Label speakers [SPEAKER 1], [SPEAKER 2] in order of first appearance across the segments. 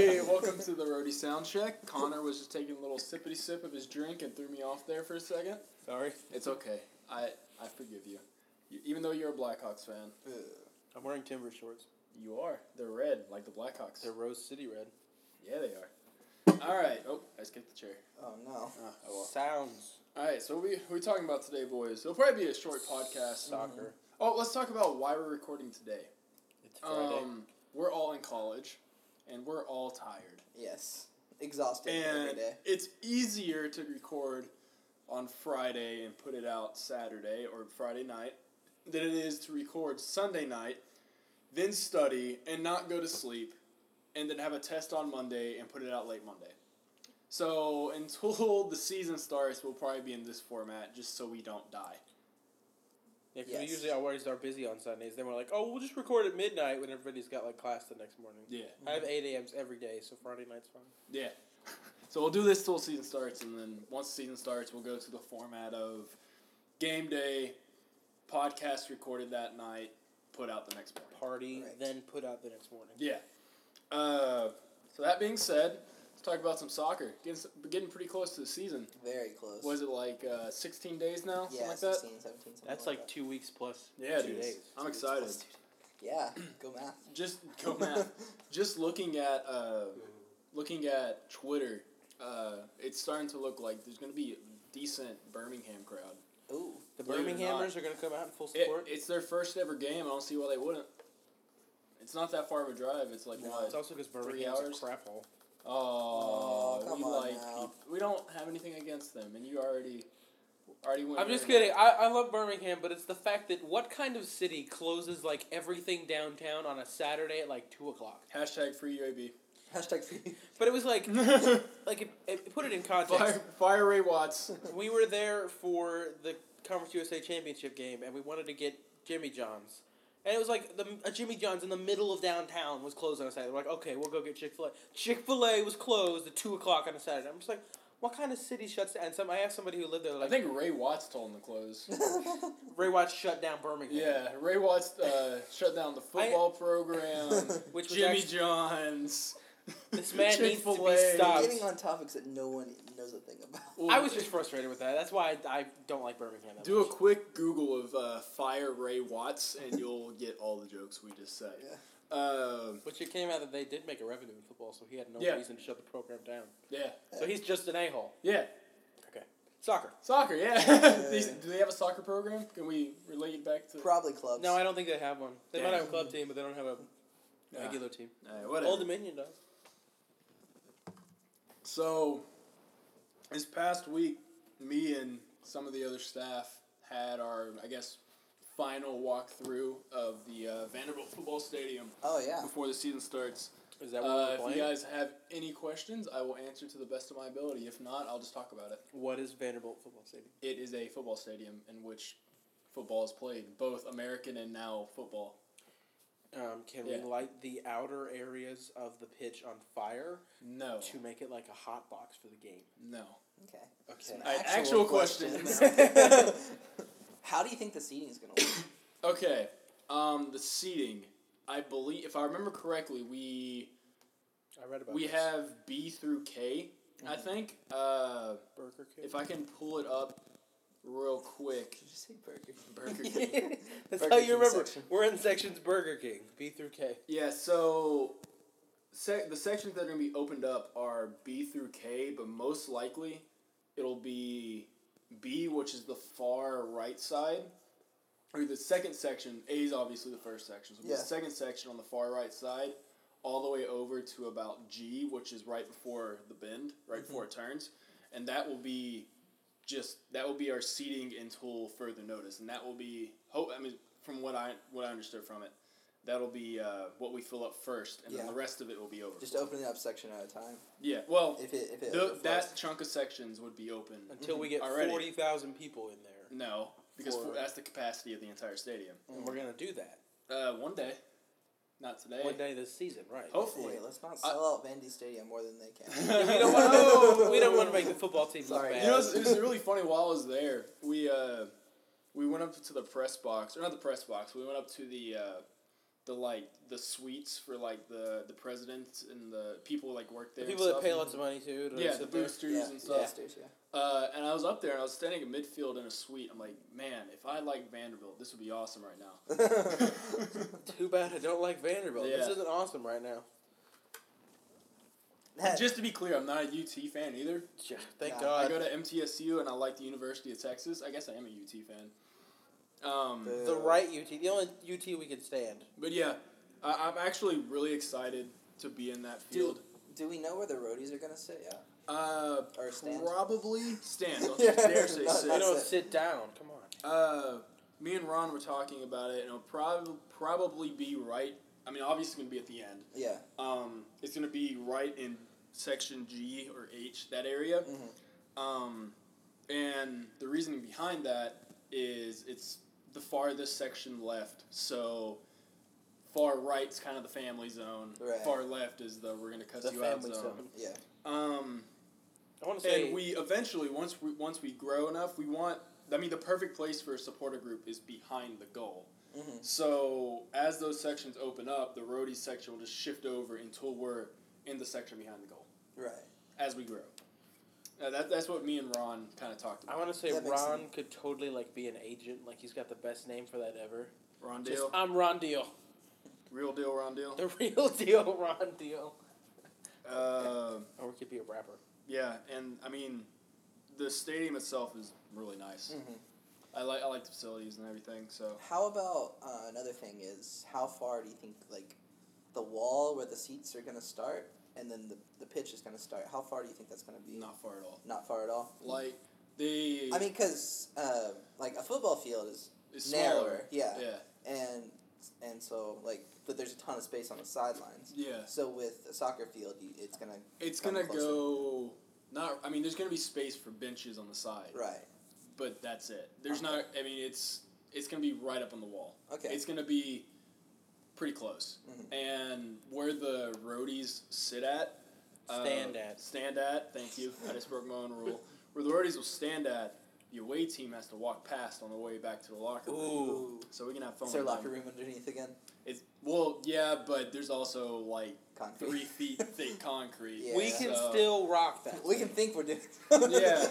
[SPEAKER 1] to the roadie sound check. Connor was just taking a little sippity sip of his drink and threw me off there for a second.
[SPEAKER 2] Sorry.
[SPEAKER 1] It's okay. I I forgive you. you even though you're a Blackhawks fan,
[SPEAKER 2] I'm wearing Timber shorts.
[SPEAKER 1] you are. They're red, like the Blackhawks.
[SPEAKER 2] They're Rose City Red.
[SPEAKER 1] yeah, they are. All right. Oh, I just kicked the chair. Ah,
[SPEAKER 3] Oh no.
[SPEAKER 2] Sounds.
[SPEAKER 1] All right. So we we're talking about today, boys. It'll probably be a short podcast.
[SPEAKER 2] Soccer.
[SPEAKER 1] Oh, let's talk about why we're recording today.
[SPEAKER 2] It's Friday.
[SPEAKER 1] Um, we're all in college, and we're all tired.
[SPEAKER 3] Yes. Exhausting every
[SPEAKER 1] and
[SPEAKER 3] day.
[SPEAKER 1] it's easier to record on Friday and put it out Saturday or Friday night than it is to record Sunday night, then study and not go to sleep, and then have a test on Monday and put it out late Monday. So until the season starts, we'll probably be in this format just so we don't die.
[SPEAKER 2] yeah, 'cause we
[SPEAKER 3] yes.
[SPEAKER 2] usually always are busy on Sundays. Then we're like, oh, we'll just record at midnight when everybody's got like class the next morning.
[SPEAKER 1] Yeah,
[SPEAKER 2] I have eight a.m.s every day, so Friday night's fine.
[SPEAKER 1] yeah. So we'll do this till season starts, and then once the season starts, we'll go to the format of game day, podcast recorded that night, put out the next morning.
[SPEAKER 2] Party,
[SPEAKER 3] Right.
[SPEAKER 2] then put out the next morning.
[SPEAKER 1] Yeah. Uh, so that being said, let's talk about some soccer. Getting s- getting pretty close to the season.
[SPEAKER 3] Very close.
[SPEAKER 1] Was it like uh, sixteen days now?
[SPEAKER 3] yeah,
[SPEAKER 1] something like
[SPEAKER 3] 16,
[SPEAKER 1] that.
[SPEAKER 3] 17, something
[SPEAKER 2] That's
[SPEAKER 3] like,
[SPEAKER 2] like
[SPEAKER 3] that.
[SPEAKER 2] two weeks plus.
[SPEAKER 1] Yeah,
[SPEAKER 2] two
[SPEAKER 1] dude.
[SPEAKER 2] days.
[SPEAKER 1] I'm excited.
[SPEAKER 3] Yeah, go math.
[SPEAKER 1] Just go man. Just looking at uh, looking at Twitter, uh, it's starting to look like there's gonna be a decent Birmingham crowd.
[SPEAKER 3] Ooh.
[SPEAKER 2] The
[SPEAKER 1] Believe it or
[SPEAKER 2] Birminghamers are going to come out in full
[SPEAKER 1] It,
[SPEAKER 2] support.
[SPEAKER 1] it's their first ever game. I don't see why they wouldn't. It's not that far of a drive. It's like
[SPEAKER 2] no,
[SPEAKER 1] what?
[SPEAKER 2] it's also because Birmingham's
[SPEAKER 1] hours?
[SPEAKER 2] a crap hole.
[SPEAKER 1] Oh,
[SPEAKER 3] Oh, come
[SPEAKER 1] we
[SPEAKER 3] on
[SPEAKER 1] like
[SPEAKER 3] now.
[SPEAKER 1] peop- we don't have anything against them, and you already already went.
[SPEAKER 2] I'm just
[SPEAKER 1] there.
[SPEAKER 2] kidding. I, I love Birmingham, but it's the fact that what kind of city closes like everything downtown on a Saturday at like two o'clock?
[SPEAKER 1] Hashtag free UAB.
[SPEAKER 3] Hashtag free.
[SPEAKER 2] But it was like, like it, it, put it in context.
[SPEAKER 1] fire, fire Ray Watts.
[SPEAKER 2] We were there for the Conference USA Championship game, and we wanted to get Jimmy John's. And it was like the a Jimmy John's in the middle of downtown was closed on a Saturday. We're like, okay, we'll go get Chick Fil A. Chick Fil A was closed at two o'clock on a Saturday. I'm just like, what kind of city shuts down? And some I asked somebody who lived there,
[SPEAKER 1] I
[SPEAKER 2] like,
[SPEAKER 1] think Ray Watts told him to close.
[SPEAKER 2] Ray Watts shut down Birmingham.
[SPEAKER 1] yeah, Ray Watts uh, shut down the football program.
[SPEAKER 2] which was
[SPEAKER 1] Jimmy
[SPEAKER 2] actually-
[SPEAKER 1] John's.
[SPEAKER 2] This man needs to be
[SPEAKER 1] Chick-fil-A.
[SPEAKER 2] stopped.
[SPEAKER 3] Getting on topics that no one knows a thing about.
[SPEAKER 1] Well,
[SPEAKER 2] I was just frustrated with that. That's why I, I don't like Birmingham. That
[SPEAKER 1] do a
[SPEAKER 2] much.
[SPEAKER 1] quick Google of uh, fire Ray Watts, and you'll get all the jokes we just said.
[SPEAKER 3] Yeah.
[SPEAKER 1] Um,
[SPEAKER 2] Which it came out that they did make a revenue in football, so he had no
[SPEAKER 1] Yeah.
[SPEAKER 2] reason to shut the program down.
[SPEAKER 1] yeah,
[SPEAKER 2] So he's just an a hole.
[SPEAKER 1] yeah.
[SPEAKER 2] Okay. Soccer.
[SPEAKER 1] Soccer, yeah.
[SPEAKER 3] Yeah.
[SPEAKER 1] They- do they have a soccer program? Can we relate it back to?
[SPEAKER 3] Probably clubs.
[SPEAKER 2] No, I don't think they have one. They
[SPEAKER 1] Dang.
[SPEAKER 2] might have a club team, but they don't have a
[SPEAKER 1] Yeah.
[SPEAKER 2] regular team.
[SPEAKER 1] Alright, whatever.
[SPEAKER 2] Old Dominion does.
[SPEAKER 1] So, this past week, me and some of the other staff had our, I guess, final walkthrough of the uh, Vanderbilt football stadium
[SPEAKER 3] Oh yeah.
[SPEAKER 1] before the season starts.
[SPEAKER 2] Is that what
[SPEAKER 1] Uh,
[SPEAKER 2] we're
[SPEAKER 1] if you
[SPEAKER 2] playing?
[SPEAKER 1] guys have any questions, I will answer to the best of my ability. If not, I'll just talk about it.
[SPEAKER 2] what is Vanderbilt football stadium?
[SPEAKER 1] It is a football stadium in which football is played, both American and now football.
[SPEAKER 2] Um, can
[SPEAKER 1] Yeah.
[SPEAKER 2] we light the outer areas of the pitch on fire
[SPEAKER 1] No,
[SPEAKER 2] to make it like a hot box for the game?
[SPEAKER 1] no.
[SPEAKER 3] Okay.
[SPEAKER 2] Okay.
[SPEAKER 1] Alright, actual
[SPEAKER 3] now. How do you think the seating is gonna work?
[SPEAKER 1] Okay. Um, the seating. I believe, if I remember correctly, we
[SPEAKER 2] I read about
[SPEAKER 1] We
[SPEAKER 2] this.
[SPEAKER 1] have B through K, I think. Uh,
[SPEAKER 2] Burger King.
[SPEAKER 1] if I can pull it up real quick.
[SPEAKER 3] Did you say Burger King?
[SPEAKER 1] Burger King.
[SPEAKER 2] That's
[SPEAKER 3] Burger
[SPEAKER 2] how you
[SPEAKER 3] King
[SPEAKER 2] remember.
[SPEAKER 3] section.
[SPEAKER 2] We're in sections Burger King, B through K.
[SPEAKER 1] Yeah, so sec- the sections that are going to be opened up are B through K, but most likely it'll be B, which is the far right side. Or the second section, A is obviously the first section. So it'll be
[SPEAKER 3] Yeah.
[SPEAKER 1] the second section on the far right side, all the way over to about G, which is right before the bend, right before it turns. And that will be just that will be our seating until further notice, and that will be hope. I mean, from what I what I understood from it, that'll be uh, what we fill up first, and then
[SPEAKER 3] Yeah.
[SPEAKER 1] the rest of it will be over.
[SPEAKER 3] Just opening up section at a time.
[SPEAKER 1] yeah, well,
[SPEAKER 3] If it if it
[SPEAKER 1] tho-
[SPEAKER 3] overflows.
[SPEAKER 1] that chunk of sections would be open
[SPEAKER 2] Until we get
[SPEAKER 1] Already.
[SPEAKER 2] 40,000 people in there.
[SPEAKER 1] No, because
[SPEAKER 2] For-
[SPEAKER 1] that's the capacity of the entire stadium.
[SPEAKER 2] And we're going to do that
[SPEAKER 1] Uh, one day, not today.
[SPEAKER 2] one day this season, right?
[SPEAKER 1] Hopefully,
[SPEAKER 3] Hey, let's not sell out Vandy Stadium more than they can.
[SPEAKER 2] we don't want to. we don't want to make the football team look
[SPEAKER 3] Sorry.
[SPEAKER 2] bad.
[SPEAKER 1] You know, it was, it was really funny while I was there. We uh, we went up to the press box, or not the press box. We went up to the uh, the like the suites for like the the presidents and the people who, like work
[SPEAKER 2] The
[SPEAKER 1] there.
[SPEAKER 2] people
[SPEAKER 1] and
[SPEAKER 2] that
[SPEAKER 1] stuff.
[SPEAKER 2] pay lots of money too. To
[SPEAKER 1] Yeah, the
[SPEAKER 2] sit there.
[SPEAKER 1] boosters and stuff.
[SPEAKER 3] Boosters, yeah.
[SPEAKER 1] Uh, and I was up there and I was standing at midfield in a suite. I'm like, man, if I like Vanderbilt, this would be awesome right now.
[SPEAKER 2] Too bad I don't like Vanderbilt. This
[SPEAKER 1] Yeah.
[SPEAKER 2] isn't awesome right now.
[SPEAKER 3] That-
[SPEAKER 1] Just to be clear, I'm not a UT fan either.
[SPEAKER 2] Yeah, Thank
[SPEAKER 3] Nah, I
[SPEAKER 1] I
[SPEAKER 2] God.
[SPEAKER 1] go to MTSU and I like the University of Texas. I guess I am a UT fan. Um,
[SPEAKER 3] The-
[SPEAKER 2] the right UT, the only UT we can stand.
[SPEAKER 1] but yeah, I, I'm actually really excited to be in that field.
[SPEAKER 3] do, do we know where the roadies are gonna sit? Yeah.
[SPEAKER 1] Uh,
[SPEAKER 3] Or stand.
[SPEAKER 1] probably stand. Don't
[SPEAKER 3] Yeah,
[SPEAKER 1] you dare say
[SPEAKER 3] no,
[SPEAKER 1] sit.
[SPEAKER 2] You
[SPEAKER 3] That's
[SPEAKER 2] know,
[SPEAKER 3] it.
[SPEAKER 2] sit down. Come on.
[SPEAKER 1] Uh, me and Ron were talking about it, and it'll prob- probably be right. I mean, obviously, it's going to be at the end.
[SPEAKER 3] Yeah.
[SPEAKER 1] Um, it's going to be right in section G or H, that area.
[SPEAKER 3] Mhm.
[SPEAKER 1] Um, and the reasoning behind that is it's the farthest section left. So far right's kind of the family zone.
[SPEAKER 3] Right.
[SPEAKER 1] Far left is the we're going to cuss
[SPEAKER 2] The
[SPEAKER 1] you out
[SPEAKER 2] family zone.
[SPEAKER 3] Yeah.
[SPEAKER 1] Um,
[SPEAKER 2] I want to say
[SPEAKER 1] and we eventually, once we once we grow enough, we want. I mean, the perfect place for a supporter group is behind the goal.
[SPEAKER 3] Mhm.
[SPEAKER 1] So as those sections open up, the roadie section will just shift over until we're in the section behind the goal
[SPEAKER 3] Right.
[SPEAKER 1] as we grow. Uh, that, that's what me and Ron kind of talked
[SPEAKER 2] I
[SPEAKER 1] about.
[SPEAKER 2] want to say
[SPEAKER 3] That makes
[SPEAKER 2] Ron could totally like be an agent. Like he's got the best name for that ever.
[SPEAKER 1] Ron
[SPEAKER 2] Just,
[SPEAKER 1] Deal,
[SPEAKER 2] I'm Ron Deal,
[SPEAKER 1] real deal, Ron Deal.
[SPEAKER 2] the real deal, Ron Deal.
[SPEAKER 1] Uh,
[SPEAKER 2] Or we could be a rapper.
[SPEAKER 1] yeah, and I mean, the stadium itself is really nice.
[SPEAKER 3] Mhm.
[SPEAKER 2] Mm-hmm.
[SPEAKER 1] I like I like the facilities and everything. So
[SPEAKER 3] How about uh, another thing is how far do you think like the wall where the seats are gonna start and then the, the pitch is gonna start? How far do you think that's gonna be?
[SPEAKER 1] not far at all.
[SPEAKER 3] Not far at all.
[SPEAKER 1] Like the
[SPEAKER 3] I mean, cause uh, like a football field is
[SPEAKER 1] it's
[SPEAKER 3] narrower.
[SPEAKER 1] smaller.
[SPEAKER 3] Yeah.
[SPEAKER 1] Yeah,
[SPEAKER 3] And and so like but there's a ton of space on the sidelines.
[SPEAKER 1] yeah.
[SPEAKER 3] So with a soccer field, you, it's gonna
[SPEAKER 1] It's
[SPEAKER 3] Come
[SPEAKER 1] gonna
[SPEAKER 3] closer.
[SPEAKER 1] go. Not. I mean, there's gonna be space for benches on the side,
[SPEAKER 3] right.
[SPEAKER 1] but that's it. There's
[SPEAKER 3] Okay.
[SPEAKER 1] not. I mean, it's it's gonna be right up on the wall.
[SPEAKER 3] Okay.
[SPEAKER 1] It's gonna be pretty close,
[SPEAKER 3] Mhm.
[SPEAKER 1] and where the roadies sit at, uh,
[SPEAKER 2] Stand at.
[SPEAKER 1] stand at. Thank you. I just broke my own rule. Where the roadies will stand at, the away team has to walk past on the way back to the locker room.
[SPEAKER 2] Ooh.
[SPEAKER 1] So we can have fun.
[SPEAKER 3] Is there a
[SPEAKER 1] with them.
[SPEAKER 3] locker room underneath again?
[SPEAKER 1] It's well, yeah, but there's also like
[SPEAKER 3] Concrete.
[SPEAKER 1] three feet thick concrete.
[SPEAKER 3] Yeah.
[SPEAKER 2] We can
[SPEAKER 1] so-
[SPEAKER 2] still rock that.
[SPEAKER 3] We can think we're doing.
[SPEAKER 1] Yeah.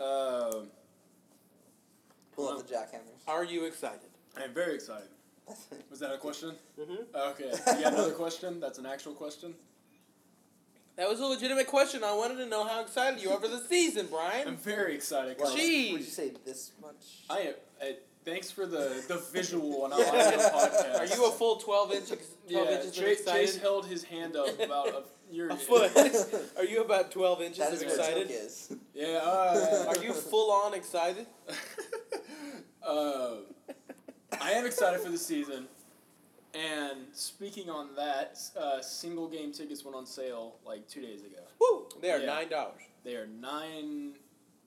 [SPEAKER 1] Um,
[SPEAKER 3] Pull out the jackhammers.
[SPEAKER 2] Are you excited?
[SPEAKER 1] I'm very excited. Was that a question?
[SPEAKER 2] Mm-hmm.
[SPEAKER 1] Okay. You got another question? That's an actual question?
[SPEAKER 2] That was a legitimate question. I wanted to know how excited you are for the season,
[SPEAKER 1] I'm
[SPEAKER 2] Brian.
[SPEAKER 1] very excited.
[SPEAKER 3] Well,
[SPEAKER 1] Carl.
[SPEAKER 2] Gee.
[SPEAKER 3] Would you say this much?
[SPEAKER 1] I am. I, thanks for the, the visual on our
[SPEAKER 3] Yeah.
[SPEAKER 1] live podcast.
[SPEAKER 2] Are you a full twelve inch? ex- Twelve
[SPEAKER 1] yeah,
[SPEAKER 2] inches of
[SPEAKER 1] Chase, Chase
[SPEAKER 2] excited.
[SPEAKER 1] held his hand up about a, your,
[SPEAKER 2] A foot. Are you about twelve inches
[SPEAKER 3] that
[SPEAKER 2] of
[SPEAKER 3] is what Took
[SPEAKER 2] excited?
[SPEAKER 3] is.
[SPEAKER 1] Yeah. Uh,
[SPEAKER 2] Are you full on excited?
[SPEAKER 1] uh, I am excited for the season. And speaking on that, uh, single game tickets went on sale like two days ago.
[SPEAKER 2] Woo! They are
[SPEAKER 1] Yeah.
[SPEAKER 2] nine dollars.
[SPEAKER 1] They are nine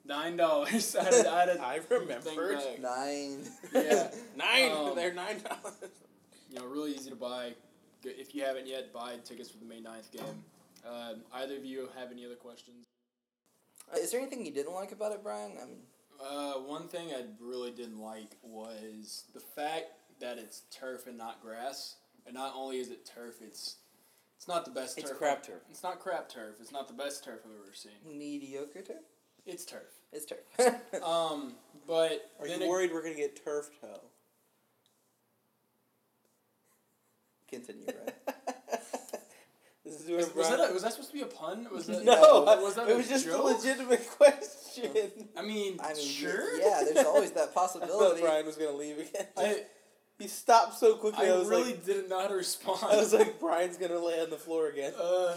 [SPEAKER 1] nine dollars. I had, I had a
[SPEAKER 2] I
[SPEAKER 1] thing
[SPEAKER 2] remember
[SPEAKER 1] back.
[SPEAKER 3] Nine.
[SPEAKER 1] Yeah.
[SPEAKER 2] nine.
[SPEAKER 1] Um,
[SPEAKER 2] They're nine dollars.
[SPEAKER 1] You know, really easy to buy. Go- If you haven't yet, buy tickets for the May 9th game. Um, either of you have any other questions?
[SPEAKER 3] is there anything you didn't like about it, Brian? I mean,
[SPEAKER 1] Uh, one thing I really didn't like was the fact that it's turf and not grass. And not only is it turf, it's it's not the best turf.
[SPEAKER 2] turf.
[SPEAKER 1] It's not crap turf. It's not the best turf I've ever seen.
[SPEAKER 3] mediocre turf.
[SPEAKER 1] It's turf.
[SPEAKER 3] It's turf.
[SPEAKER 1] Um, but
[SPEAKER 2] Are
[SPEAKER 1] then
[SPEAKER 2] you
[SPEAKER 1] it-
[SPEAKER 2] worried we're gonna get turf toe?
[SPEAKER 3] Continue, right?
[SPEAKER 2] This is where
[SPEAKER 1] was, was
[SPEAKER 2] Brian-
[SPEAKER 1] that a- was that supposed to be a pun? Was that,
[SPEAKER 2] no,
[SPEAKER 1] was that
[SPEAKER 2] it
[SPEAKER 1] a
[SPEAKER 2] was just
[SPEAKER 1] joke?
[SPEAKER 2] a legitimate question.
[SPEAKER 1] I mean,
[SPEAKER 3] I mean,
[SPEAKER 1] sure.
[SPEAKER 3] yeah. There's always that
[SPEAKER 2] I thought
[SPEAKER 3] possibility.
[SPEAKER 2] Brian was gonna leave again.
[SPEAKER 1] I,
[SPEAKER 2] he stopped so
[SPEAKER 1] I
[SPEAKER 2] quickly. I, was
[SPEAKER 1] really
[SPEAKER 2] like,
[SPEAKER 1] didn't know how to respond.
[SPEAKER 2] I was like, Brian's gonna lay on the floor again.
[SPEAKER 1] uh,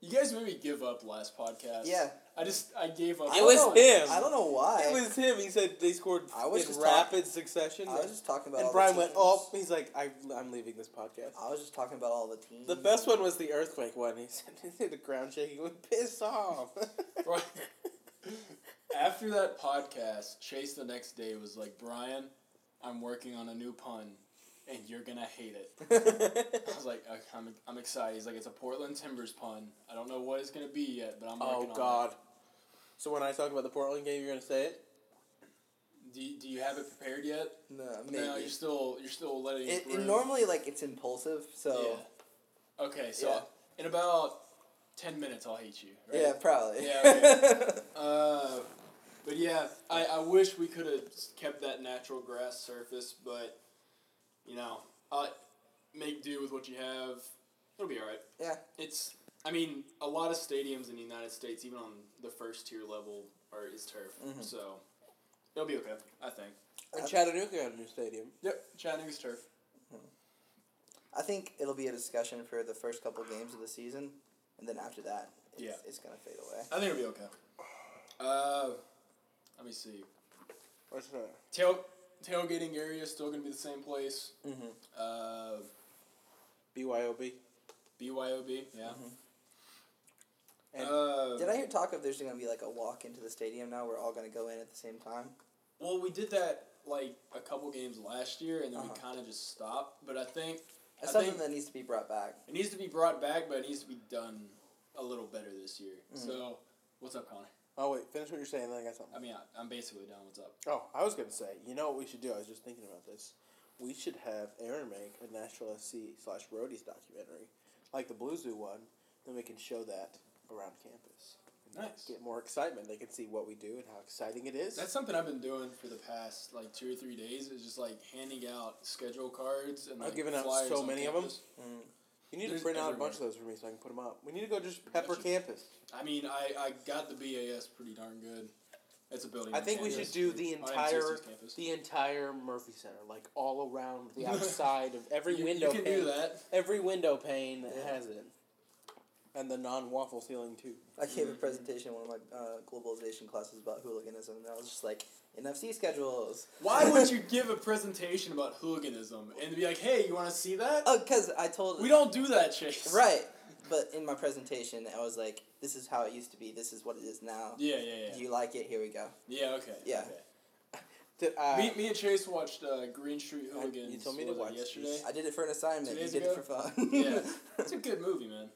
[SPEAKER 1] you guys made me give up last podcast.
[SPEAKER 3] Yeah.
[SPEAKER 1] I just, I gave up. Oh,
[SPEAKER 3] I
[SPEAKER 2] It
[SPEAKER 3] don't
[SPEAKER 2] was
[SPEAKER 3] know,
[SPEAKER 2] him.
[SPEAKER 3] I don't know why.
[SPEAKER 2] It was him. He said they scored
[SPEAKER 3] I was
[SPEAKER 2] in
[SPEAKER 3] just
[SPEAKER 2] rapid succession.
[SPEAKER 3] I was just talking about. all
[SPEAKER 2] and
[SPEAKER 3] the
[SPEAKER 2] Brian went,
[SPEAKER 3] teams.
[SPEAKER 2] oh, he's like, I, I'm leaving this podcast.
[SPEAKER 3] I was just talking about all the teams.
[SPEAKER 2] The best one was the earthquake one. He said the ground shaking would piss off.
[SPEAKER 1] Right. After that podcast, Chase the next day was like, Brian, I'm working on a new pun, and you're gonna hate it. I was like, "Okay, I'm, I'm excited. He's like, it's a Portland Timbers pun. I don't know what it's gonna be yet, but I'm working
[SPEAKER 2] oh
[SPEAKER 1] on it.
[SPEAKER 2] God. So when I talk about the Portland game, you're gonna say it.
[SPEAKER 1] Do you, do you have it prepared yet?
[SPEAKER 3] No, maybe.
[SPEAKER 1] No, you're still you're still letting
[SPEAKER 3] it, it
[SPEAKER 1] room.
[SPEAKER 3] normally like it's impulsive, so
[SPEAKER 1] Okay, so
[SPEAKER 3] Yeah.
[SPEAKER 1] in about ten minutes, I'll hate you.
[SPEAKER 3] yeah,
[SPEAKER 1] Right?
[SPEAKER 3] probably.
[SPEAKER 1] Yeah, okay. Uh, but yeah, I, I wish we could have kept that natural grass surface, but you know, uh, make do with what you have. It'll be all right.
[SPEAKER 3] yeah,
[SPEAKER 1] It's I mean, a lot of stadiums in the United States, even on the first tier level, are is turf,
[SPEAKER 3] Mhm.
[SPEAKER 1] so it'll be okay. I think.
[SPEAKER 2] And Chattanooga got a new stadium.
[SPEAKER 1] Yep, Chattanooga's turf.
[SPEAKER 3] I think it'll be a discussion for the first couple games of the season, and then after that, it's,
[SPEAKER 1] Yeah.
[SPEAKER 3] it's gonna fade away.
[SPEAKER 1] I think it'll be okay. Uh, let me see.
[SPEAKER 2] What's that?
[SPEAKER 1] Tail tailgating area is still gonna be the same place.
[SPEAKER 3] Mm-hmm.
[SPEAKER 1] Uh,
[SPEAKER 2] BYOB.
[SPEAKER 1] BYOB. Yeah.
[SPEAKER 2] Mm-hmm. And
[SPEAKER 1] Uh,
[SPEAKER 3] Did I hear talk of there's gonna be like a walk into the stadium now? We're all gonna go in at the same time.
[SPEAKER 1] Well, we did that like a couple games last year, and then we
[SPEAKER 3] Uh-huh.
[SPEAKER 1] kind of just stopped. But I think
[SPEAKER 3] That's
[SPEAKER 1] I
[SPEAKER 3] something
[SPEAKER 1] think
[SPEAKER 3] that needs to be brought back.
[SPEAKER 1] it needs to be brought back, but it needs to be done a little better this year.
[SPEAKER 3] Mm.
[SPEAKER 2] Mm-hmm.
[SPEAKER 1] So, what's up, Connor?
[SPEAKER 2] oh wait, finish what you're saying. Then I got something.
[SPEAKER 1] I mean, I, I'm basically done. What's up?
[SPEAKER 2] Oh, I was gonna say, you know what we should do? I was just thinking about this. We should have Aaron make a Nashville SC slash Roadies documentary, like the Blue Zoo one. Then we can show that around campus. And
[SPEAKER 1] Nice.
[SPEAKER 2] Get more excitement. They can see what we do and how exciting it is.
[SPEAKER 1] That's something I've been doing for the past like two or three days. Is just like handing out schedule cards and
[SPEAKER 2] I've
[SPEAKER 1] like,
[SPEAKER 2] given out
[SPEAKER 1] flyers
[SPEAKER 2] so
[SPEAKER 1] on
[SPEAKER 2] many of 'em.
[SPEAKER 1] campus.
[SPEAKER 3] Mm.
[SPEAKER 2] you need to
[SPEAKER 1] There's
[SPEAKER 2] print out a
[SPEAKER 1] everywhere.
[SPEAKER 2] bunch of those for me so I can put them up. We need to go just pepper
[SPEAKER 1] Gotcha.
[SPEAKER 2] campus.
[SPEAKER 1] I mean, I, I got the BAS pretty darn good. It's a building.
[SPEAKER 2] I
[SPEAKER 1] on
[SPEAKER 2] think we
[SPEAKER 1] campus,
[SPEAKER 2] should do
[SPEAKER 1] or
[SPEAKER 2] the
[SPEAKER 1] on
[SPEAKER 2] entire
[SPEAKER 1] NC campus.
[SPEAKER 2] the entire Murphy Center, like all around the outside of every
[SPEAKER 1] You-
[SPEAKER 2] window.
[SPEAKER 1] You can
[SPEAKER 2] pane,
[SPEAKER 1] do that.
[SPEAKER 2] Every window pane that
[SPEAKER 3] Yeah.
[SPEAKER 2] has it, and the non waffle ceiling too.
[SPEAKER 3] I gave a
[SPEAKER 1] Mhm.
[SPEAKER 3] presentation in one of my uh, globalization classes about hooliganism, and I was just like, NFC schedules.
[SPEAKER 1] Why would you give a presentation about hooliganism and be like, "Hey, you want to see that?"
[SPEAKER 3] Oh, because I told
[SPEAKER 1] We don't do that, Chase.
[SPEAKER 3] right. But in my presentation, I was like, "This is how it used to be. This is what it is now.
[SPEAKER 1] Yeah, yeah, yeah.
[SPEAKER 3] Do you like it? Here we go."
[SPEAKER 1] yeah, okay.
[SPEAKER 3] Yeah.
[SPEAKER 1] okay.
[SPEAKER 2] Th- uh,
[SPEAKER 1] me, me and Chase watched uh, Green Street
[SPEAKER 2] I-
[SPEAKER 1] Hooligans.
[SPEAKER 2] you told me
[SPEAKER 1] what
[SPEAKER 2] to
[SPEAKER 1] was it,
[SPEAKER 2] watch
[SPEAKER 1] yesterday.
[SPEAKER 2] these.
[SPEAKER 3] I did it for an assignment.
[SPEAKER 1] Two
[SPEAKER 3] You
[SPEAKER 1] days
[SPEAKER 3] did it
[SPEAKER 1] ago?
[SPEAKER 3] for fun.
[SPEAKER 1] Yeah. It's a good movie, man.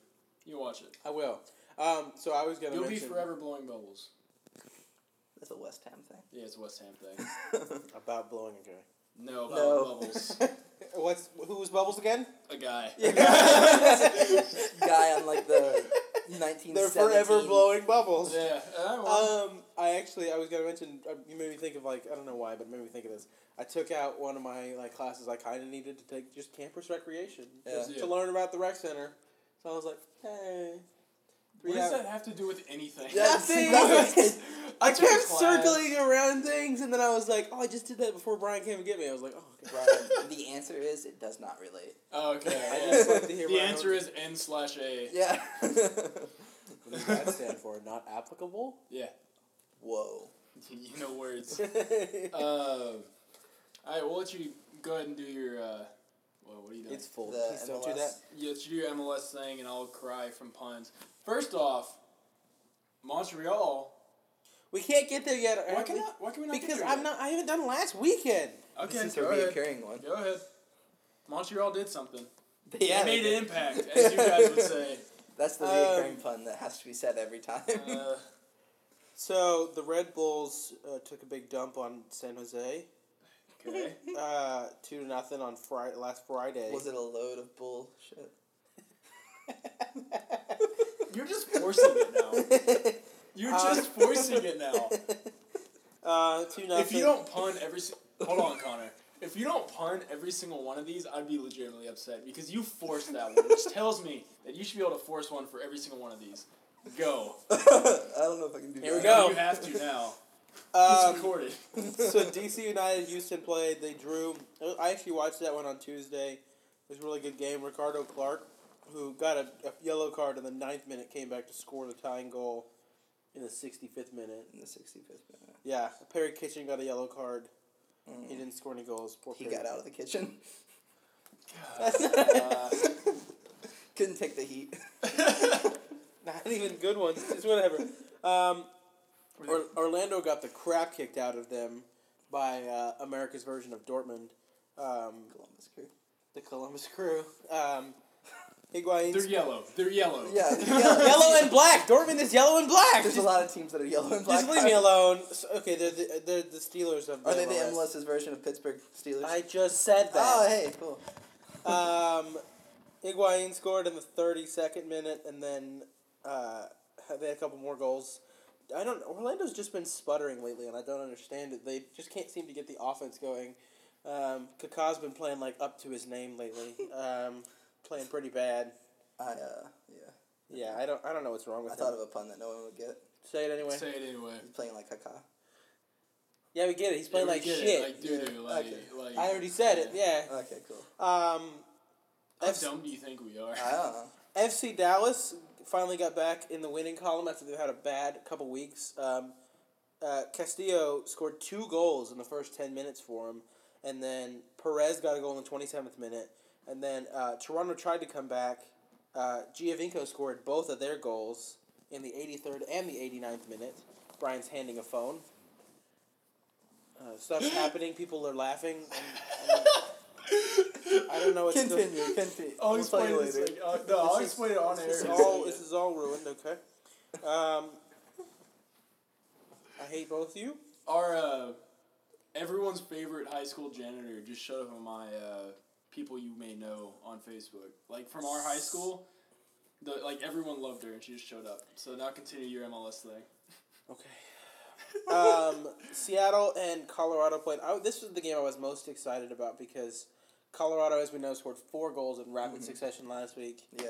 [SPEAKER 1] You watch it.
[SPEAKER 2] I will. Um, so I was gonna.
[SPEAKER 1] You'll be
[SPEAKER 2] mention
[SPEAKER 1] forever blowing bubbles.
[SPEAKER 3] That's a West Ham
[SPEAKER 1] Yeah, it's a West Ham thing.
[SPEAKER 3] thing.
[SPEAKER 2] about blowing a guy.
[SPEAKER 1] No, about
[SPEAKER 3] No.
[SPEAKER 1] bubbles.
[SPEAKER 2] What's who was Bubbles again?
[SPEAKER 1] A guy.
[SPEAKER 3] Guy on like the 1917.
[SPEAKER 2] They're forever blowing bubbles.
[SPEAKER 1] Yeah. I don't know.
[SPEAKER 2] Um, I actually I was gonna mention uh, you made me think of like I don't know why but it made me think of this. I took out one of my like classes I kind of needed to take just campus recreation just
[SPEAKER 1] Yeah.
[SPEAKER 2] to learn about the rec center. So I was like, hey,
[SPEAKER 1] what
[SPEAKER 2] three
[SPEAKER 1] does
[SPEAKER 2] hour-
[SPEAKER 1] that have to do with anything?
[SPEAKER 3] That's-
[SPEAKER 2] Nothing.
[SPEAKER 3] that's-
[SPEAKER 2] I
[SPEAKER 1] took a
[SPEAKER 2] kept
[SPEAKER 1] class.
[SPEAKER 2] circling around things, and then I was like, "Oh, I just did that before Brian came and get me." I was like, "Oh, okay.
[SPEAKER 3] Brian, the answer is it does not relate.
[SPEAKER 1] Oh, okay.
[SPEAKER 2] I
[SPEAKER 1] yeah.
[SPEAKER 2] just like to hear
[SPEAKER 1] the
[SPEAKER 2] my
[SPEAKER 1] answer
[SPEAKER 2] own-
[SPEAKER 1] is N slash A.
[SPEAKER 3] Yeah.
[SPEAKER 2] What does that stand for? Not applicable.
[SPEAKER 1] Yeah.
[SPEAKER 3] Whoa.
[SPEAKER 1] you know words. Um, all right, we'll let you go ahead and do your. Uh, well, what are you doing?
[SPEAKER 2] it's full.
[SPEAKER 3] The
[SPEAKER 2] Please don't do
[SPEAKER 3] MLS.
[SPEAKER 2] that.
[SPEAKER 1] yeah, let you do your MLS thing, and I'll cry from puns. First off, Montreal.
[SPEAKER 2] We can't get there yet.
[SPEAKER 1] Why can not? Why can we not? get
[SPEAKER 2] Because
[SPEAKER 1] there
[SPEAKER 2] I'm
[SPEAKER 1] yet?
[SPEAKER 2] not. I haven't done last weekend.
[SPEAKER 1] Okay,
[SPEAKER 3] this is a
[SPEAKER 1] go ahead.
[SPEAKER 3] reoccurring one.
[SPEAKER 1] Go ahead. Montreal did something.
[SPEAKER 3] Yeah,
[SPEAKER 1] they made
[SPEAKER 3] they
[SPEAKER 1] an
[SPEAKER 3] did.
[SPEAKER 1] impact, as you guys would say.
[SPEAKER 3] That's the
[SPEAKER 2] Um,
[SPEAKER 3] reoccurring pun that has to be said every time.
[SPEAKER 1] Uh,
[SPEAKER 2] So the Red Bulls uh, took a big dump on San Jose,
[SPEAKER 1] okay.
[SPEAKER 2] uh, two to nothing on Friday last Friday.
[SPEAKER 3] Was it a load of bullshit?
[SPEAKER 1] You're just forcing it now. You're just
[SPEAKER 2] Uh,
[SPEAKER 1] forcing it now.
[SPEAKER 2] uh, two nothing.
[SPEAKER 1] If you don't pun every, si- hold on, Connor. If you don't pun every single one of these, I'd be legitimately upset because you forced that one, which tells me that you should be able to force one for every single one of these. Go. Uh,
[SPEAKER 3] I don't know if I can do
[SPEAKER 2] Here we
[SPEAKER 3] that.
[SPEAKER 2] go.
[SPEAKER 1] You have to now. It's
[SPEAKER 2] um,
[SPEAKER 1] recorded.
[SPEAKER 2] so DC United, Houston played. They drew. Uh, I actually watched that one on Tuesday. It was a really good game. Ricardo Clark, who got a, a yellow card in the ninth minute, came back to score the tying goal in the sixty fifth minute.
[SPEAKER 3] In the 65th minute.
[SPEAKER 2] Yeah, Perry Kitchen got a yellow card.
[SPEAKER 3] Mm.
[SPEAKER 2] He didn't score any goals. Poor
[SPEAKER 3] He
[SPEAKER 2] Perry.
[SPEAKER 3] got out of the kitchen.
[SPEAKER 1] Uh,
[SPEAKER 3] Couldn't take the heat.
[SPEAKER 2] Not even good ones. It's whatever. Um, or, Orlando got the crap kicked out of them by uh, America's version of Dortmund, um,
[SPEAKER 3] Columbus Crew.
[SPEAKER 2] the Columbus Crew. Um,
[SPEAKER 1] They're
[SPEAKER 2] Higuain's.
[SPEAKER 1] yellow. They're yellow.
[SPEAKER 3] Yeah, they're
[SPEAKER 2] yellow, yellow and black. Dortmund is yellow and black.
[SPEAKER 3] There's
[SPEAKER 2] Just,
[SPEAKER 3] a lot of teams that are yellow and black.
[SPEAKER 2] just leave me alone. So, okay, they're the, they're the Steelers of. The
[SPEAKER 3] Are they the MLS's version of Pittsburgh Steelers?
[SPEAKER 2] I just said that.
[SPEAKER 3] oh, hey, cool. Oh,
[SPEAKER 2] Um, Higuain scored in the thirty second minute, and then uh, they had a couple more goals. I don't. Orlando's just been sputtering lately, and I don't understand it. They just can't seem to get the offense going. Um, Kaká's been playing like up to his name lately. Um, playing pretty bad.
[SPEAKER 3] I uh, yeah.
[SPEAKER 2] Yeah, I don't. I don't know what's wrong with
[SPEAKER 3] I
[SPEAKER 2] him.
[SPEAKER 3] thought of a pun that no one would get.
[SPEAKER 2] Say it anyway.
[SPEAKER 1] Say it anyway.
[SPEAKER 3] He's playing like Kaká.
[SPEAKER 2] Yeah, we get it. He's playing
[SPEAKER 1] Yeah, we
[SPEAKER 2] like
[SPEAKER 1] get
[SPEAKER 2] shit.
[SPEAKER 1] it, Like, dude,
[SPEAKER 3] Yeah,
[SPEAKER 1] like,
[SPEAKER 3] okay.
[SPEAKER 1] like,
[SPEAKER 2] I already said it. Yeah.
[SPEAKER 3] Okay, cool.
[SPEAKER 2] Um,
[SPEAKER 1] How
[SPEAKER 2] I've-
[SPEAKER 1] dumb do you think we are?
[SPEAKER 3] I don't know.
[SPEAKER 2] FC Dallas finally got back in the winning column after they've had a bad couple weeks. Um, uh, Castillo scored two goals in the first 10 minutes for him, and then Perez got a goal in the 27th minute, and then uh, Toronto tried to come back. Uh, Giovinco scored both of their goals in the 83rd and the 89th minute. Brian's handing a phone. Uh, stuff's happening. People are laughing. And, and I don't know what's going
[SPEAKER 3] Continue, continue.
[SPEAKER 1] I'll
[SPEAKER 3] We'll
[SPEAKER 1] explain
[SPEAKER 3] tell you
[SPEAKER 1] this.
[SPEAKER 3] later.
[SPEAKER 1] Like, uh, no, I'll
[SPEAKER 2] is-
[SPEAKER 1] explain it on
[SPEAKER 2] This is
[SPEAKER 1] air.
[SPEAKER 2] all this is all ruined. Okay. Um, I hate both of you.
[SPEAKER 1] Our uh, everyone's favorite high school janitor just showed up on my uh, people you may know on Facebook. Like from our high school, the like everyone loved her and she just showed up. So now continue your MLS thing.
[SPEAKER 2] Okay. Um, Seattle and Colorado played. I, this was the game I was most excited about because Colorado, as we know, scored four goals in rapid succession last week.
[SPEAKER 3] Yeah.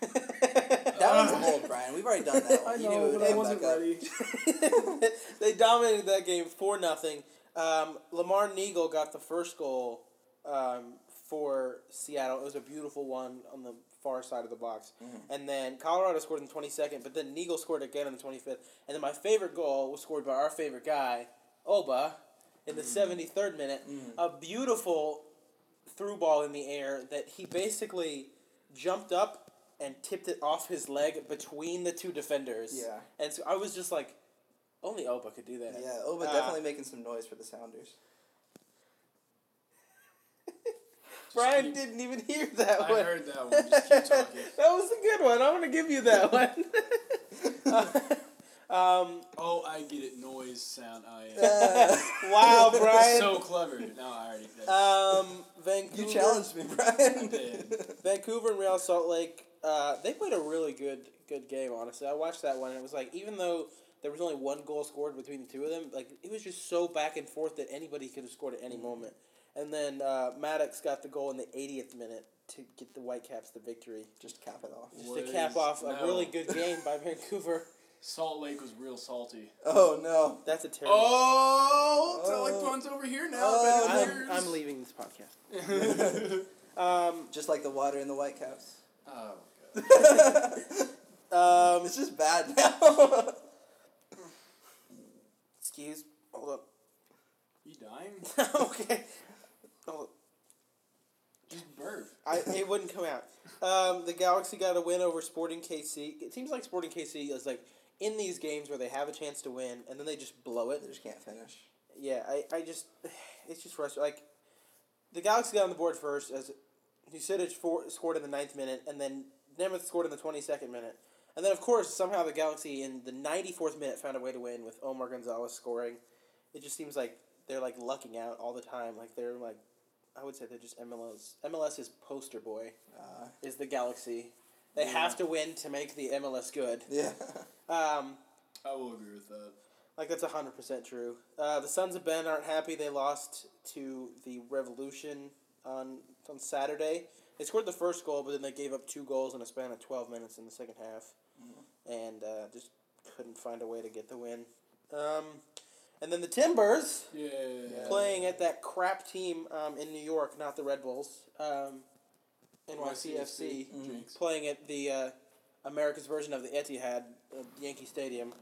[SPEAKER 2] that
[SPEAKER 3] That one's old, Brian. We've already done that one. You knew it would end back up.
[SPEAKER 2] they dominated that game for nothing. Um, Lamar Neagle got the first goal um, for Seattle. It was a beautiful one on the far side of the box. And then Colorado scored in the 22nd, but then Neagle scored again in the 25th. And then my favorite goal was scored by our favorite guy, Oba, in the 73rd minute. A beautiful through ball in the air that he basically jumped up and tipped it off his leg between the two defenders.
[SPEAKER 3] Yeah.
[SPEAKER 2] And so I was just like, only Oba could do that.
[SPEAKER 3] Yeah, Oba
[SPEAKER 1] Ah.
[SPEAKER 2] Uh,
[SPEAKER 3] definitely making some noise for the Sounders.
[SPEAKER 2] Brian
[SPEAKER 1] keep-
[SPEAKER 2] didn't even hear that
[SPEAKER 1] I
[SPEAKER 2] one.
[SPEAKER 1] heard that one. Just keep talking.
[SPEAKER 2] that was a good one. I'm gonna give you that one. um,
[SPEAKER 1] Oh, I get it. Noise, sound. I am
[SPEAKER 3] Uh,
[SPEAKER 2] wow, Brian.
[SPEAKER 1] so clever. No, I already. That's,
[SPEAKER 2] um, Vancouver.
[SPEAKER 3] you challenged me, Brian.
[SPEAKER 1] did.
[SPEAKER 2] Vancouver and Real Salt Lake, uh, they played a really good good game. Honestly, I watched that one. and It was like even though there was only one goal scored between the two of them, like it was just so back and forth that anybody could have scored at
[SPEAKER 3] Mm-hmm.
[SPEAKER 2] any moment. And then uh, Maddox got the goal in the 80th minute to get the Whitecaps the victory,
[SPEAKER 3] Just cap it off.
[SPEAKER 2] just
[SPEAKER 1] Was
[SPEAKER 2] to cap off a
[SPEAKER 1] no.
[SPEAKER 2] really good game by Vancouver.
[SPEAKER 1] Salt Lake was real salty.
[SPEAKER 3] Oh no.
[SPEAKER 2] That's a terrible.
[SPEAKER 1] Oh,
[SPEAKER 3] Telek
[SPEAKER 1] Pun's over here now.
[SPEAKER 3] Oh,
[SPEAKER 2] I'm, I'm leaving this podcast. Um,
[SPEAKER 3] Just like the water in the Whitecaps.
[SPEAKER 1] oh, God.
[SPEAKER 2] um,
[SPEAKER 3] It's just bad now.
[SPEAKER 2] excuse. Hold up.
[SPEAKER 1] You dying?
[SPEAKER 2] okay. Hold up.
[SPEAKER 1] Just burp.
[SPEAKER 2] I, it wouldn't come out. Um, the Galaxy got a win over Sporting KC. It seems like Sporting KC is like in these games where they have a chance to win and then they just blow it.
[SPEAKER 3] they just can't finish.
[SPEAKER 2] Yeah, I, I just it's just frustrating. Like the Galaxy got on the board first as Husidic for, scored in the ninth minute and then Nemeth scored in the twenty second minute. And then of course somehow the Galaxy in the ninety fourth minute found a way to win with Omar Gonzalez scoring. It just seems like they're like lucking out all the time. Like they're like I would say they're just MLS MLS's poster boy
[SPEAKER 3] Uh,
[SPEAKER 2] is the Galaxy. They have to win to make the MLS good.
[SPEAKER 3] yeah.
[SPEAKER 2] Um,
[SPEAKER 1] I will agree with that.
[SPEAKER 2] like that's hundred percent true. Uh, the Sons of Ben aren't happy. They lost to the Revolution on on Saturday. They scored the first goal, but then they gave up two goals in a span of twelve minutes in the second half, and uh, just couldn't find a way to get the win. Um, and then the Timbers
[SPEAKER 1] Yeah.
[SPEAKER 2] playing at that crap team um, in New York, not the Red Bulls, um, NYCFC
[SPEAKER 1] Jinx.
[SPEAKER 2] playing at the uh, America's version of the Etihad uh, Yankee Stadium.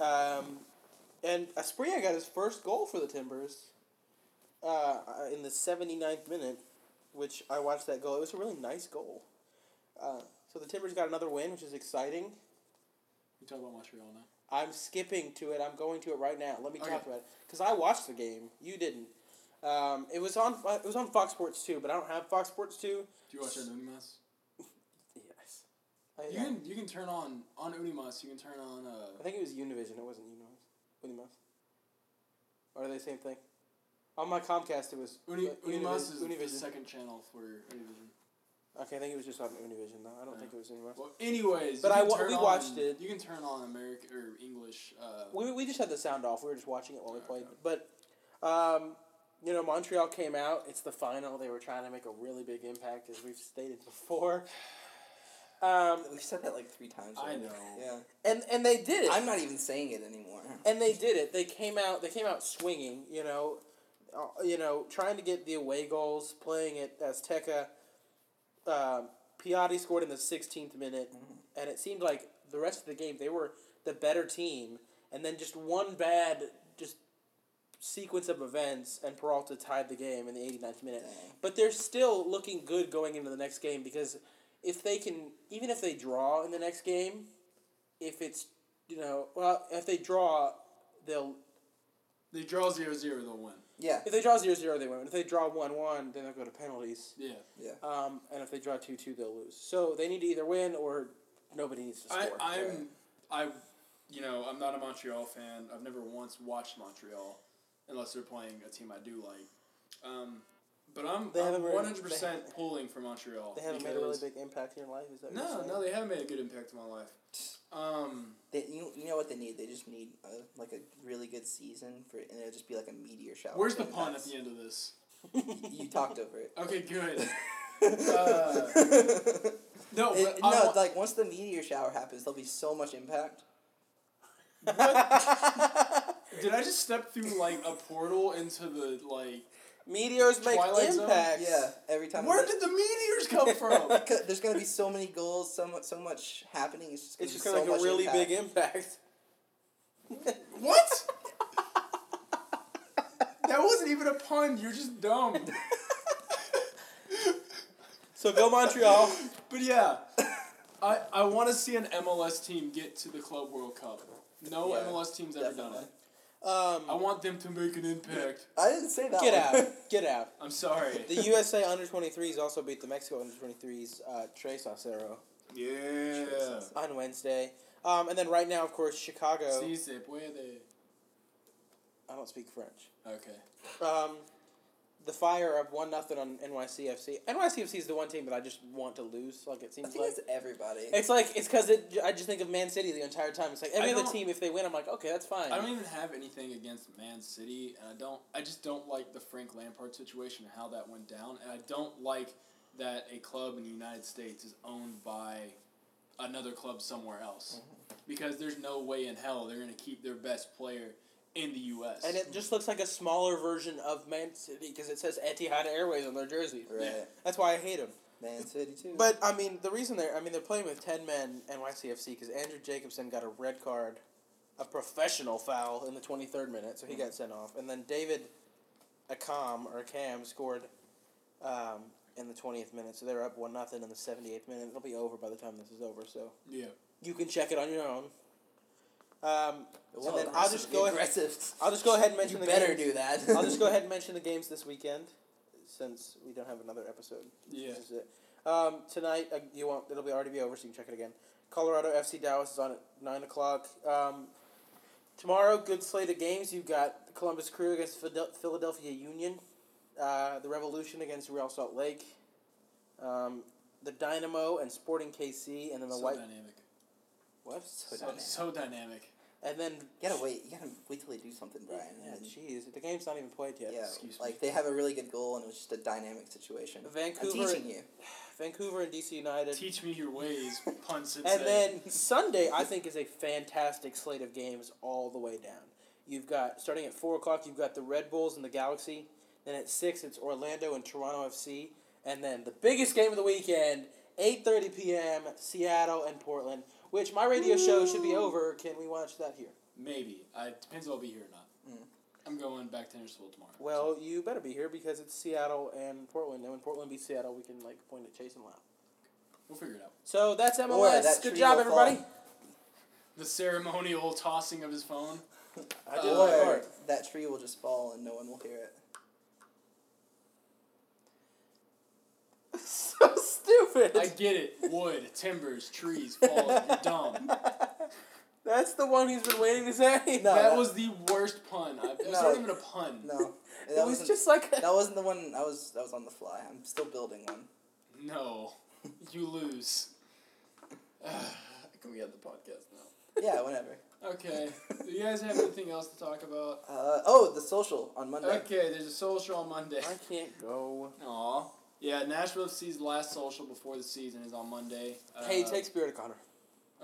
[SPEAKER 2] Um, and Asprilla got his first goal for the Timbers uh, in the 79th minute, which I watched that goal. It was a really nice goal. Uh, so the Timbers got another win, which is exciting.
[SPEAKER 1] You talk about Montreal now.
[SPEAKER 2] I'm skipping to it. I'm going to it right now. Let me talk
[SPEAKER 1] Okay.
[SPEAKER 2] about it because I watched the game. You didn't. Um, it was on. It was on Fox Sports two, but I don't have Fox Sports two.
[SPEAKER 1] Do you watch Anonymous?
[SPEAKER 3] way.
[SPEAKER 1] You can you can turn on on Unimas. You can turn on.
[SPEAKER 2] I
[SPEAKER 1] Uh,
[SPEAKER 2] think it was Univision. It wasn't Unimas. Unimas. Or are they the same thing? On my Comcast, it was
[SPEAKER 1] Uni,
[SPEAKER 2] uh,
[SPEAKER 1] Unimas
[SPEAKER 2] Univis-
[SPEAKER 1] is the second channel for Univision.
[SPEAKER 2] Okay, I think it was just on Univision though. I don't
[SPEAKER 1] Yeah.
[SPEAKER 2] think it was Unimas.
[SPEAKER 1] Well, anyways,
[SPEAKER 2] But
[SPEAKER 1] you
[SPEAKER 2] I
[SPEAKER 1] can
[SPEAKER 2] wa-
[SPEAKER 1] turn
[SPEAKER 2] we
[SPEAKER 1] on-
[SPEAKER 2] watched it.
[SPEAKER 1] You can turn on American or English. Uh,
[SPEAKER 2] We, we just had the sound off. We were just watching it while we
[SPEAKER 1] Okay.
[SPEAKER 2] played. But, um, you know, Montreal came out. It's the final. They were trying to make a really big impact, as we've stated before. Um,
[SPEAKER 3] We've said that like three times.
[SPEAKER 1] I
[SPEAKER 3] already.
[SPEAKER 1] know.
[SPEAKER 3] Yeah.
[SPEAKER 2] and and they did it.
[SPEAKER 3] I'm not even saying it anymore.
[SPEAKER 2] and they did it. They came out. They came out swinging. You know, uh, you know, trying to get the away goals, playing it Azteca. Um, Piatti scored in the 16th minute, and it seemed like the rest of the game they were the better team. And then just one bad just sequence of events, and Peralta tied the game in the 89th minute.
[SPEAKER 3] Dang.
[SPEAKER 2] But they're still looking good going into the next game because if they can, even if they draw in the next game, if it's you know, well, if they draw, they'll
[SPEAKER 1] they draw 0-0, they'll win.
[SPEAKER 3] Yeah.
[SPEAKER 2] if they draw 0-0, they win. If they draw one one, then they'll go to penalties.
[SPEAKER 1] Yeah,
[SPEAKER 3] Yeah.
[SPEAKER 2] Um, and if they draw two two, they'll lose. So they need to either win or nobody needs to score.
[SPEAKER 1] I I'm I, you know I'm not a Montreal fan. I've never once watched Montreal, unless they're playing a team I do like. Um, but I'm
[SPEAKER 2] They haven't
[SPEAKER 1] I'm
[SPEAKER 2] really-
[SPEAKER 1] 100 percent
[SPEAKER 2] they-
[SPEAKER 1] pulling for Montreal.
[SPEAKER 2] they haven't made a really
[SPEAKER 1] because-
[SPEAKER 2] big impact in your life. Is that what
[SPEAKER 1] No,
[SPEAKER 2] you're saying?
[SPEAKER 1] no, they haven't made a good impact in my life. Um,
[SPEAKER 3] They, you, you know what they need? They just need a, like a really good season for, and it'll just be like a meteor shower.
[SPEAKER 1] where's
[SPEAKER 3] of
[SPEAKER 1] the pun at
[SPEAKER 3] impacts.
[SPEAKER 1] the end of this?
[SPEAKER 3] You talked over it.
[SPEAKER 1] Okay, good. Uh,
[SPEAKER 3] Uh,
[SPEAKER 1] No, but uh,
[SPEAKER 3] It-
[SPEAKER 1] I
[SPEAKER 3] no,
[SPEAKER 1] want-
[SPEAKER 3] like once the meteor shower happens, there'll be so much impact.
[SPEAKER 1] did I just step through like a portal into the like?
[SPEAKER 2] Meteors make
[SPEAKER 1] Twilight Zone?
[SPEAKER 2] impacts.
[SPEAKER 3] Yeah, every time.
[SPEAKER 1] Where did the meteors come from?
[SPEAKER 3] C- there's gonna be so many goals, so much, so much happening. It's just gonna
[SPEAKER 2] It's just
[SPEAKER 3] be so
[SPEAKER 2] gonna make a
[SPEAKER 3] much
[SPEAKER 2] really
[SPEAKER 3] impact.
[SPEAKER 2] big impact.
[SPEAKER 1] What? that wasn't even a pun. You're just dumb.
[SPEAKER 2] So go Montreal.
[SPEAKER 1] But yeah, I I want to see an MLS team get to the Club World Cup. No
[SPEAKER 3] Yeah,
[SPEAKER 1] MLS team's ever done it.
[SPEAKER 3] definitely.
[SPEAKER 1] I
[SPEAKER 2] Um,
[SPEAKER 1] want them to make an impact.
[SPEAKER 3] I didn't say that.
[SPEAKER 2] get
[SPEAKER 3] one.
[SPEAKER 2] out. Get out.
[SPEAKER 1] I'm sorry.
[SPEAKER 2] The USA under 23s also beat the Mexico under 23s, uh, Trey Saucero,
[SPEAKER 1] Yeah.
[SPEAKER 2] on Wednesday. Um, and then right now, of course, Chicago.
[SPEAKER 1] Si se puede.
[SPEAKER 2] I don't speak French.
[SPEAKER 1] Okay.
[SPEAKER 2] Um, the fire of one nothing on NYCFC. NYCFC is the one team that I just want to lose. Like it
[SPEAKER 3] I
[SPEAKER 2] seems
[SPEAKER 3] think
[SPEAKER 2] like
[SPEAKER 3] it's everybody.
[SPEAKER 2] it's like it's because it. I just think of Man City the entire time. It's like every
[SPEAKER 1] I
[SPEAKER 2] other
[SPEAKER 1] don't-
[SPEAKER 2] team, if they win, I'm like, okay, that's fine.
[SPEAKER 1] I don't even have anything against Man City, and I don't. I just don't like the Frank Lampard situation and how that went down, and I don't like that a club in the United States is owned by another club somewhere else,
[SPEAKER 2] Mm-hmm.
[SPEAKER 1] because there's no way in hell they're gonna keep their best player in the U.S.
[SPEAKER 2] and it just looks like a smaller version of Man City because it says Etihad Airways on their jersey.
[SPEAKER 3] right,
[SPEAKER 1] yeah.
[SPEAKER 2] That's why I hate them.
[SPEAKER 3] Man City too.
[SPEAKER 2] But I mean, the reason they're I mean they're playing with ten men NYCFC because Andrew Jacobson got a red card, a professional foul in the twenty third minute, so he got sent off, and then David, Akam or Cam scored, um, in the twentieth minute, so they're up one nothing in the seventy eighth minute. It'll be over by the time this is over, so
[SPEAKER 1] yeah,
[SPEAKER 2] you can check it on your own. Um,
[SPEAKER 3] Well,
[SPEAKER 2] and then I'll
[SPEAKER 3] aggressive,
[SPEAKER 2] just go ahead.
[SPEAKER 3] aggressive.
[SPEAKER 2] I'll just go ahead and mention
[SPEAKER 3] You
[SPEAKER 2] the
[SPEAKER 3] better
[SPEAKER 2] games.
[SPEAKER 3] do that.
[SPEAKER 2] I'll just go ahead and mention the games this weekend, since we don't have another episode.
[SPEAKER 1] yeah.
[SPEAKER 2] This is it. Um, tonight, uh, you won't. It'll be already be over, so you can check it again. Colorado FC Dallas is on at nine o'clock. Um, tomorrow, good slate of games. You've got Columbus Crew against Phil- Philadelphia Union, uh, the Revolution against Real Salt Lake, um, the Dynamo and Sporting KC, and then the
[SPEAKER 1] so
[SPEAKER 2] White.
[SPEAKER 1] dynamic.
[SPEAKER 2] What?
[SPEAKER 3] So
[SPEAKER 1] So,
[SPEAKER 3] dynamic.
[SPEAKER 1] so dynamic.
[SPEAKER 2] And then
[SPEAKER 3] You gotta wait. You gotta wait till they do something,
[SPEAKER 2] Yeah,
[SPEAKER 3] Brian. and then-
[SPEAKER 2] jeez, the game's not even played yet.
[SPEAKER 3] yeah,
[SPEAKER 1] excuse
[SPEAKER 3] like
[SPEAKER 1] me.
[SPEAKER 3] they have a really good goal, and it was just a dynamic situation.
[SPEAKER 2] Vancouver-
[SPEAKER 3] I'm teaching you.
[SPEAKER 2] Vancouver and DC United.
[SPEAKER 1] Teach me your ways, pun sensei.
[SPEAKER 2] And then Sunday, I think, is a fantastic slate of games all the way down. You've got starting at four o'clock. You've got the Red Bulls and the Galaxy. Then at six, it's Orlando and Toronto FC. And then the biggest game of the weekend, eight thirty p.m. Seattle and Portland. Which my radio show should be over. Can we watch that here?
[SPEAKER 1] maybe I depends if I'll be here or not.
[SPEAKER 3] Mm.
[SPEAKER 1] I'm going back to Hendersonville tomorrow.
[SPEAKER 2] Well, you better be here because it's Seattle and Portland. And when Portland beats Seattle, we can like point at Chase and Lau.
[SPEAKER 1] we'll figure it out.
[SPEAKER 2] So that's MLS.
[SPEAKER 3] Or that
[SPEAKER 2] Good
[SPEAKER 3] tree
[SPEAKER 2] job,
[SPEAKER 3] will fall.
[SPEAKER 2] everybody.
[SPEAKER 1] The ceremonial tossing of his phone.
[SPEAKER 2] I did
[SPEAKER 1] Uh,
[SPEAKER 2] my
[SPEAKER 3] Or
[SPEAKER 2] part.
[SPEAKER 3] that tree will just fall and no one will hear it. so stupid.
[SPEAKER 1] I get it. Wood, timbers, trees, falls. You're dumb.
[SPEAKER 2] That's the one he's been waiting to say.
[SPEAKER 3] No,
[SPEAKER 1] that
[SPEAKER 3] that-
[SPEAKER 1] was the worst pun. I, it was
[SPEAKER 3] No.
[SPEAKER 1] not even a pun.
[SPEAKER 3] no,
[SPEAKER 2] it
[SPEAKER 3] that
[SPEAKER 2] was
[SPEAKER 3] wasn't-
[SPEAKER 2] just like.
[SPEAKER 3] that wasn't the one. I was that was on the fly. I'm still building one.
[SPEAKER 1] No. You lose. Can we have the podcast now?
[SPEAKER 3] Yeah, whatever.
[SPEAKER 1] Okay. Do you guys have anything else to talk about?
[SPEAKER 3] Uh, oh, the social on Monday.
[SPEAKER 1] Okay, there's a social on Monday.
[SPEAKER 2] I can't go.
[SPEAKER 1] Aw. Yeah, Nashville FC's last social before the season is on Monday. Uh,
[SPEAKER 2] hey, take Spirit of Connor.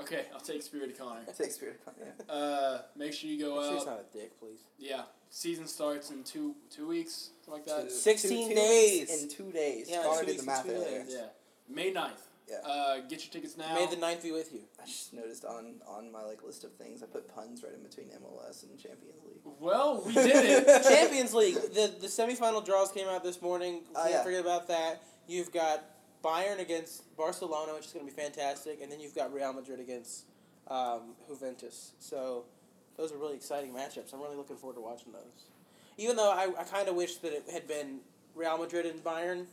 [SPEAKER 1] Okay, I'll take Spirit of Connor.
[SPEAKER 3] Takes period. Yeah.
[SPEAKER 1] Uh, make sure you go
[SPEAKER 2] Make sure he's
[SPEAKER 1] out.
[SPEAKER 2] not a dick, please.
[SPEAKER 1] Yeah, season starts in two two weeks, something like that.
[SPEAKER 3] Two-
[SPEAKER 2] 16
[SPEAKER 3] two
[SPEAKER 2] days.
[SPEAKER 3] weeks in two days.
[SPEAKER 2] Yeah,
[SPEAKER 3] Connor
[SPEAKER 2] two
[SPEAKER 3] did
[SPEAKER 2] weeks
[SPEAKER 3] the
[SPEAKER 2] in
[SPEAKER 3] math
[SPEAKER 2] two
[SPEAKER 3] earlier.
[SPEAKER 2] days.
[SPEAKER 1] Yeah, May 9th.
[SPEAKER 3] Yeah.
[SPEAKER 1] Uh, get your tickets now.
[SPEAKER 2] May the 9th be with you.
[SPEAKER 3] I just noticed on on my like list of things, I put puns right in between MLS and Champions League.
[SPEAKER 1] well, we did it.
[SPEAKER 2] Champions League. The the semifinal draws came out this morning. Can't
[SPEAKER 3] Oh, yeah.
[SPEAKER 2] forget about that. You've got Bayern against Barcelona, which is going to be fantastic, and then you've got Real Madrid against um, Juventus. So those are really exciting matchups. I'm really looking forward to watching those. Even though I, I kind of wish that it had been Real Madrid and Bayern,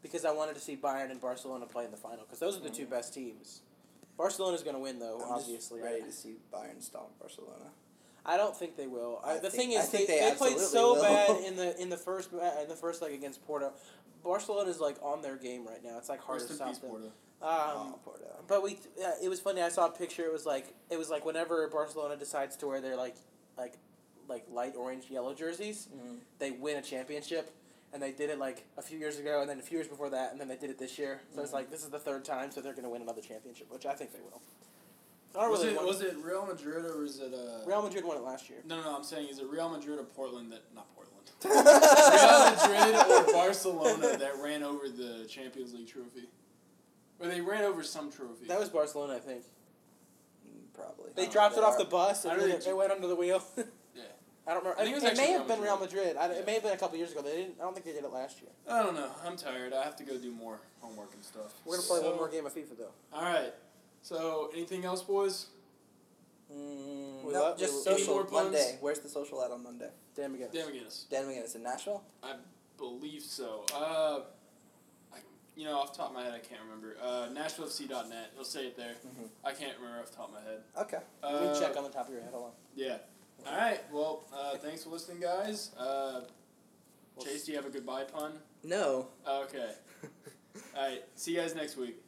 [SPEAKER 2] because I wanted to see Bayern and Barcelona play in the final, because those are the two best teams. Barcelona's going to win, though,
[SPEAKER 3] Mm. I'm just
[SPEAKER 2] obviously.
[SPEAKER 3] ready to see Bayern stomp Barcelona.
[SPEAKER 2] I don't think they will. I,
[SPEAKER 3] I
[SPEAKER 2] the
[SPEAKER 3] think-
[SPEAKER 2] thing
[SPEAKER 3] I
[SPEAKER 2] is, they,
[SPEAKER 3] think
[SPEAKER 2] they,
[SPEAKER 3] they
[SPEAKER 2] played
[SPEAKER 3] absolutely
[SPEAKER 2] so
[SPEAKER 3] will.
[SPEAKER 2] bad in the in the first ma- in the first leg against Porto. Barcelona is like on their game right now. It's like hard
[SPEAKER 1] Rest
[SPEAKER 2] to
[SPEAKER 1] in
[SPEAKER 2] stop
[SPEAKER 1] peace,
[SPEAKER 2] them.
[SPEAKER 1] Porto.
[SPEAKER 2] Um,
[SPEAKER 3] oh, Porto.
[SPEAKER 2] but we, uh, it was funny. I saw a picture. It was like it was like whenever Barcelona decides to wear their like like like light orange yellow jerseys, they win a championship. And they did it like a few years ago, and then a few years before that, and then they did it this year. So it's
[SPEAKER 3] Mm-hmm.
[SPEAKER 2] like this is the third time, so they're going to win another championship, which I think they will. I don't
[SPEAKER 1] Was
[SPEAKER 2] really
[SPEAKER 1] it
[SPEAKER 2] want-
[SPEAKER 1] was it Real Madrid or was it uh?
[SPEAKER 2] Real Madrid won it last year.
[SPEAKER 1] No, no, no. I'm saying is it Real Madrid or Portland that not Portland. Real Madrid or Barcelona that ran over the Champions League trophy, or they ran over some trophy.
[SPEAKER 2] That was Barcelona, I think.
[SPEAKER 3] Mm, Probably.
[SPEAKER 2] They
[SPEAKER 3] Uh,
[SPEAKER 2] dropped it off
[SPEAKER 3] are-
[SPEAKER 2] the bus
[SPEAKER 1] I
[SPEAKER 2] and
[SPEAKER 1] don't
[SPEAKER 2] then it,
[SPEAKER 1] think-
[SPEAKER 2] it went under the wheel.
[SPEAKER 1] yeah.
[SPEAKER 2] I don't remember.
[SPEAKER 1] I think it was
[SPEAKER 2] it,
[SPEAKER 1] actually
[SPEAKER 2] may
[SPEAKER 1] Real
[SPEAKER 2] have been Real Madrid. I,
[SPEAKER 1] Yeah.
[SPEAKER 2] It may have been a couple years ago. They didn't. I don't think they did it last year.
[SPEAKER 1] I don't know. I'm tired. I have to go do more homework and stuff.
[SPEAKER 2] We're gonna play
[SPEAKER 1] So-
[SPEAKER 2] one more game of FIFA though.
[SPEAKER 1] All right. So anything else, boys?
[SPEAKER 3] Mm,
[SPEAKER 2] We
[SPEAKER 3] no,
[SPEAKER 2] love-
[SPEAKER 3] just
[SPEAKER 2] we-
[SPEAKER 1] any
[SPEAKER 3] social
[SPEAKER 1] more puns?
[SPEAKER 3] Monday. Where's the social at on Monday?
[SPEAKER 2] Damn again.
[SPEAKER 1] Damn McGinnis.
[SPEAKER 3] Dan McGinnis in Nashville.
[SPEAKER 1] I believe so. Uh, I, you know, off the top of my head, I can't remember. Uh, NashvilleFC.net. It'll say it there.
[SPEAKER 3] Mhm.
[SPEAKER 1] I can't remember off the top of my head.
[SPEAKER 3] Okay.
[SPEAKER 2] Let
[SPEAKER 1] Uh,
[SPEAKER 2] me Mm-hmm. check on the top of your head. Hold on.
[SPEAKER 1] Yeah. All right. Well, uh, thanks for listening, guys. Uh,
[SPEAKER 2] We'll
[SPEAKER 1] Chase, do you have a goodbye pun?
[SPEAKER 3] No.
[SPEAKER 1] Okay. All right. See you guys next week.